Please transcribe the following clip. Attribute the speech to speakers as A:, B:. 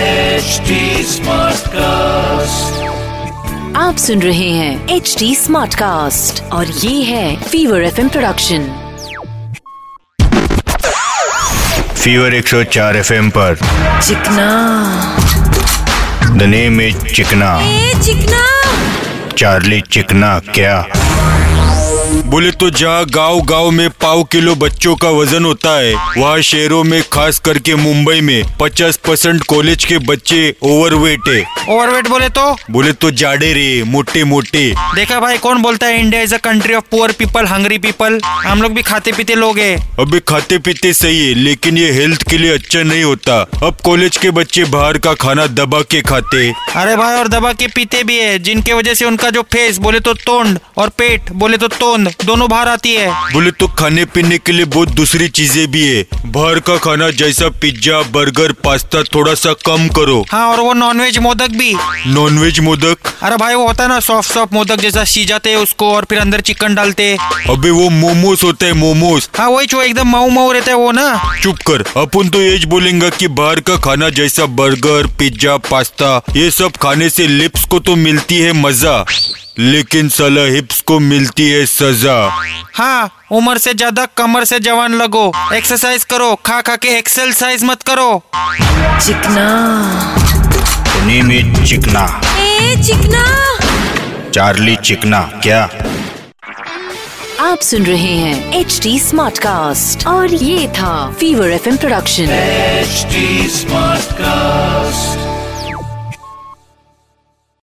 A: HD Smartcast.
B: आप सुन रहे हैं एच डी स्मार्ट कास्ट और ये है fever F production
C: fever 104 FM पर
B: Chikna
C: the name is Chikna Charlie Chikna क्या
D: बोले तो जहाँ गांव गांव में पाव किलो बच्चों का वजन होता है वहाँ शहरों में खास करके मुंबई में 50 परसेंट कॉलेज के बच्चे ओवरवेट है
E: ओवरवेट बोले तो
D: बोले तो जाड़े रे मोटे मोटे
E: देखा भाई कौन बोलता है India is a country of poor people hungry people हम लोग भी खाते पीते लोग हैं
D: अबे खाते पीते सही है लेकिन ये हेल्थ के लिए अच्छा नहीं होता अब कॉलेज के बच्चे बाहर का खाना दबा के खाते
E: अरे भाई और दबा के पीते भी है जिनके वजह से उनका जो फेस बोले तो तोंड और पेट बोले तो तोंद दोनों बाहर आती है
D: बोले तो खाने पीने के लिए बहुत दूसरी चीजें भी है बाहर का खाना जैसा पिज्जा बर्गर पास्ता थोड़ा सा कम करो
E: हाँ और वो नॉनवेज मोदक भी
D: नॉनवेज मोदक
E: अरे भाई वो होता है ना सॉफ्ट सॉफ्ट मोदक जैसा सीजाते हैं उसको और फिर अंदर चिकन डालते हैं।
D: अबे वो मोमोस होता है मोमोस
E: हाँ वही जो एकदम मऊ मऊ रहता है वो ना
D: चुप कर अपन तो यही बोलेंगे कि बाहर का खाना जैसा बर्गर पिज्जा पास्ता ये सब खाने से लिप्स को तो मिलती है मजा लेकिन साला हिप्स को मिलती है सजा
E: हाँ उम्र से ज्यादा कमर से जवान लगो एक्सरसाइज करो खा खा के एक्सरसाइज मत करो
B: Chikna
C: the name is Chikna
B: a Chikna
C: Charlie Chikna क्या
B: आप सुन रहे हैं एच डी स्मार्ट कास्ट और ये था fever F production
A: HD Smartcast.